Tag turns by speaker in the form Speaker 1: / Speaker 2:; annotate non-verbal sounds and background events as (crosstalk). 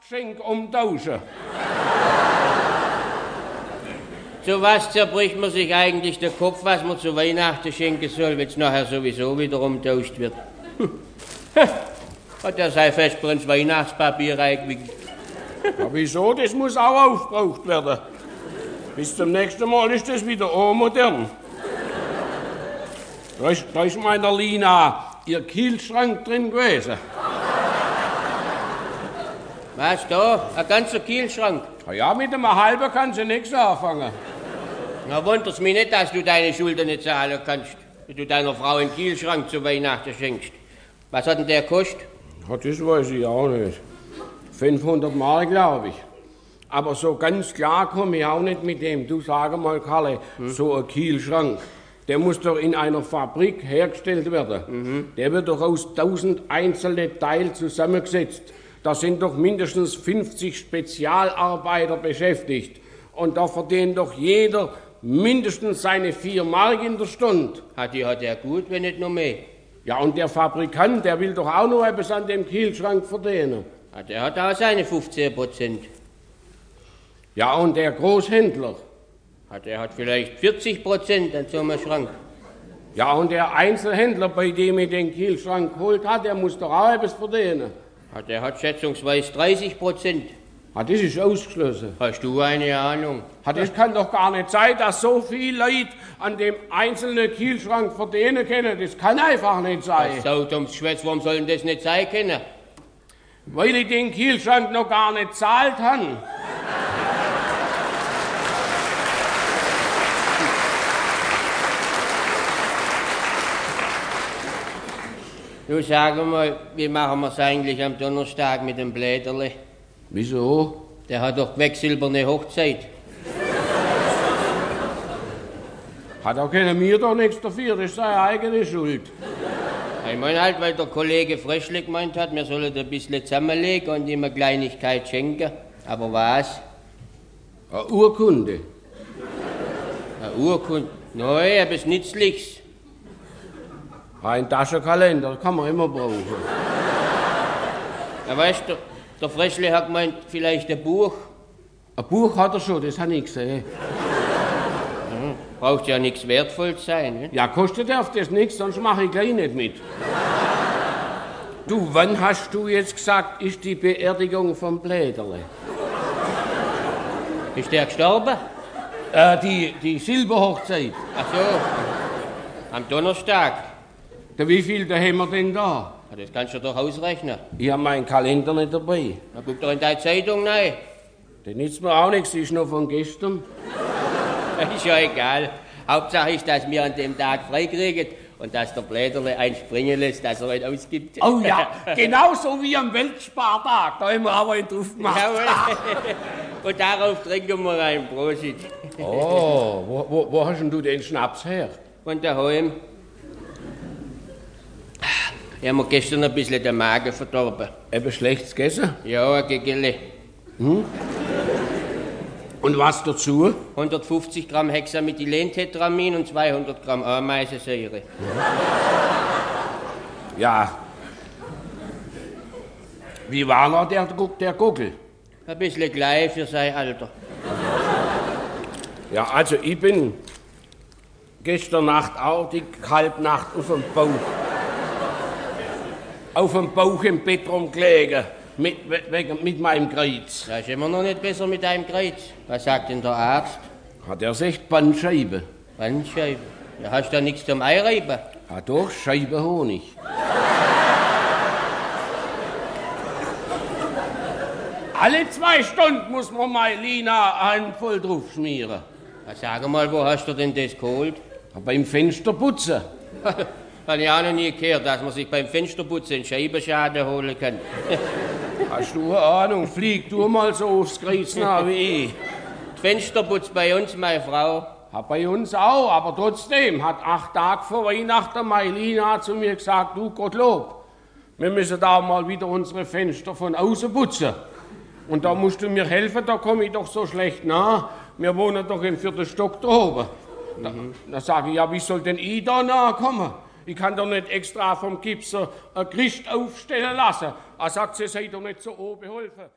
Speaker 1: Geschenk umtauschen.
Speaker 2: Zu was zerbricht man sich eigentlich den Kopf, was man zu Weihnachten schenken soll, wenn es nachher sowieso wieder umtauscht wird? Hm. Hat er sein Festbrenns Weihnachtspapier eingewickelt.
Speaker 1: Ja, wieso? Das muss auch aufgebraucht werden. Bis zum nächsten Mal ist das wieder auch modern. Da ist, da ist meiner Lina ihr Kielschrank drin gewesen.
Speaker 2: Was, da? Ein ganzer Kielschrank?
Speaker 1: Na ja, mit einem halben kann sie nichts anfangen.
Speaker 2: Na, wundert's mich nicht, dass du deine Schulden nicht zahlen kannst, wenn du deiner Frau einen Kielschrank zu Weihnachten schenkst. Was hat denn der gekostet?
Speaker 1: Ja, das weiß ich auch nicht. 500 Mal, glaube ich. Aber so ganz klar komme ich auch nicht mit dem. Du sag mal, Kalle, so ein Kielschrank, der muss doch in einer Fabrik hergestellt werden. Der wird doch aus tausend einzelne Teile zusammengesetzt. Da sind doch mindestens 50 Spezialarbeiter beschäftigt. Und da verdient doch jeder mindestens seine vier Mark in der Stunde.
Speaker 2: Hat Ah, die hat er gut, wenn nicht noch mehr.
Speaker 1: Ja, und der Fabrikant, der will doch auch noch etwas an dem Kielschrank verdienen.
Speaker 2: Na, Ah, der hat auch seine 15 Prozent.
Speaker 1: Ja, und der Großhändler.
Speaker 2: Ah, Der hat vielleicht 40 Prozent an so einem Schrank.
Speaker 1: Ja, und der Einzelhändler, bei dem ich den Kielschrank geholt hat, der muss doch auch etwas verdienen.
Speaker 2: Na, Ah, Der hat schätzungsweise 30 Prozent.
Speaker 1: Ah, das ist ausgeschlossen.
Speaker 2: Hast du eine Ahnung?
Speaker 1: Ah, das kann doch gar nicht sein, dass so viele Leute an dem einzelnen Kielschrank verdienen können. Das kann einfach nicht sein.
Speaker 2: So dummes Schwätz, warum soll denn das nicht sein können?
Speaker 1: Weil ich den Kielschrank noch gar nicht zahlt habe.
Speaker 2: Du sag mal, wie machen wir's eigentlich am Donnerstag mit dem Bläderle?
Speaker 1: Wieso?
Speaker 2: Der hat doch quecksilberne Hochzeit.
Speaker 1: Hat auch keiner mir doch nichts dafür. Das ist seine eigene Schuld.
Speaker 2: Ich meine halt, weil der Kollege Fröschle gemeint hat, wir sollen ein bisschen zusammenlegen und ihm eine Kleinigkeit schenken. Aber was?
Speaker 1: Eine Ah, Urkunde.
Speaker 2: Eine Urkunde? Nein, etwas Nützliches.
Speaker 1: Ah, Ein Taschenkalender kann man immer brauchen.
Speaker 2: Ja, weißt du, der Fröschle hat gemeint, vielleicht ein Buch.
Speaker 1: Ein Buch hat er schon, das habe ich gesehen.
Speaker 2: Braucht ja nichts Wertvolles sein. Ne?
Speaker 1: Ja, kostet darf das nichts, sonst mache ich gleich nicht mit. Du, wann hast du jetzt gesagt, ist die Beerdigung vom Bläderle?
Speaker 2: Ist der gestorben?
Speaker 1: Äh, die, die Silberhochzeit.
Speaker 2: Ach so, am Donnerstag.
Speaker 1: Da, wie viel da haben wir denn da?
Speaker 2: Ja, Das kannst du doch ausrechnen.
Speaker 1: Ich habe meinen Kalender nicht dabei.
Speaker 2: Na, guck doch in deine Zeitung rein. (laughs)
Speaker 1: Den nützt mir auch nichts, ist noch von gestern.
Speaker 2: Ist ja egal. Hauptsache ist, dass wir an dem Tag freikriegen und dass der Bläderle einspringen lässt, dass er einen ausgibt.
Speaker 1: Oh ja,
Speaker 2: (laughs)
Speaker 1: genauso wie am Weltspartag. Da haben wir aber einen drauf (laughs) gemacht.
Speaker 2: Jawohl. Genau. Und darauf trinken wir ein Prosit.
Speaker 1: Oh, wo, wo, wo hast denn du den Schnaps her?
Speaker 2: Von daheim. Ich habe mir gestern ein bisschen den Magen verdorben.
Speaker 1: Etwas Schlechtes gegessen.
Speaker 2: Ja, ein Gegele.
Speaker 1: Und was dazu?
Speaker 2: 150 Gramm Hexamethylentetramin und 200 Gramm Ameisensäure.
Speaker 1: Ja. Wie war noch der, Gu- der Guckel?
Speaker 2: Ein bisschen gleich für sein Alter.
Speaker 1: Ja, also ich bin gestern Nacht auch die Kalbnacht auf dem Bauch. auf dem Bauch im Bett rumgelegen. Mit, we- wegen- mit meinem Kreuz.
Speaker 2: Da ist immer noch nicht besser mit einem Kreuz. Was sagt denn der Arzt?
Speaker 1: Hat er sich Bandscheibe?
Speaker 2: Bandscheibe. Ja, hast du nichts zum Eireiben?
Speaker 1: Hat doch Scheibe Honig. Alle zwei Stunden muss man mal Lina einen voll drauf schmieren.
Speaker 2: Na, sag mal, wo hast du denn das geholt? (laughs)
Speaker 1: Beim Fenster putzen.
Speaker 2: Habe ich auch noch nie gehört, dass man sich beim Fensterputzen einen Scheibenschaden holen kann.
Speaker 1: Hast du eine Ahnung? Flieg du mal so aufs Kreuz nach wie
Speaker 2: (laughs)
Speaker 1: ich.
Speaker 2: Fensterputz bei uns, meine Frau.
Speaker 1: Hat bei uns auch, aber trotzdem hat acht Tage vor Weihnachten Mailina zu mir gesagt, du Gottlob, wir müssen da mal wieder unsere Fenster von außen putzen. Und da musst du mir helfen, da komme ich doch so schlecht nah. Wir wohnen doch im vierten Stock da oben. Da, da sage ich, ja, wie soll denn ich da nahe kommen? Ich kann doch nicht extra vom Gipser ein Christ aufstellen lassen. Er sagt, sie sei doch nicht so oben geholfen.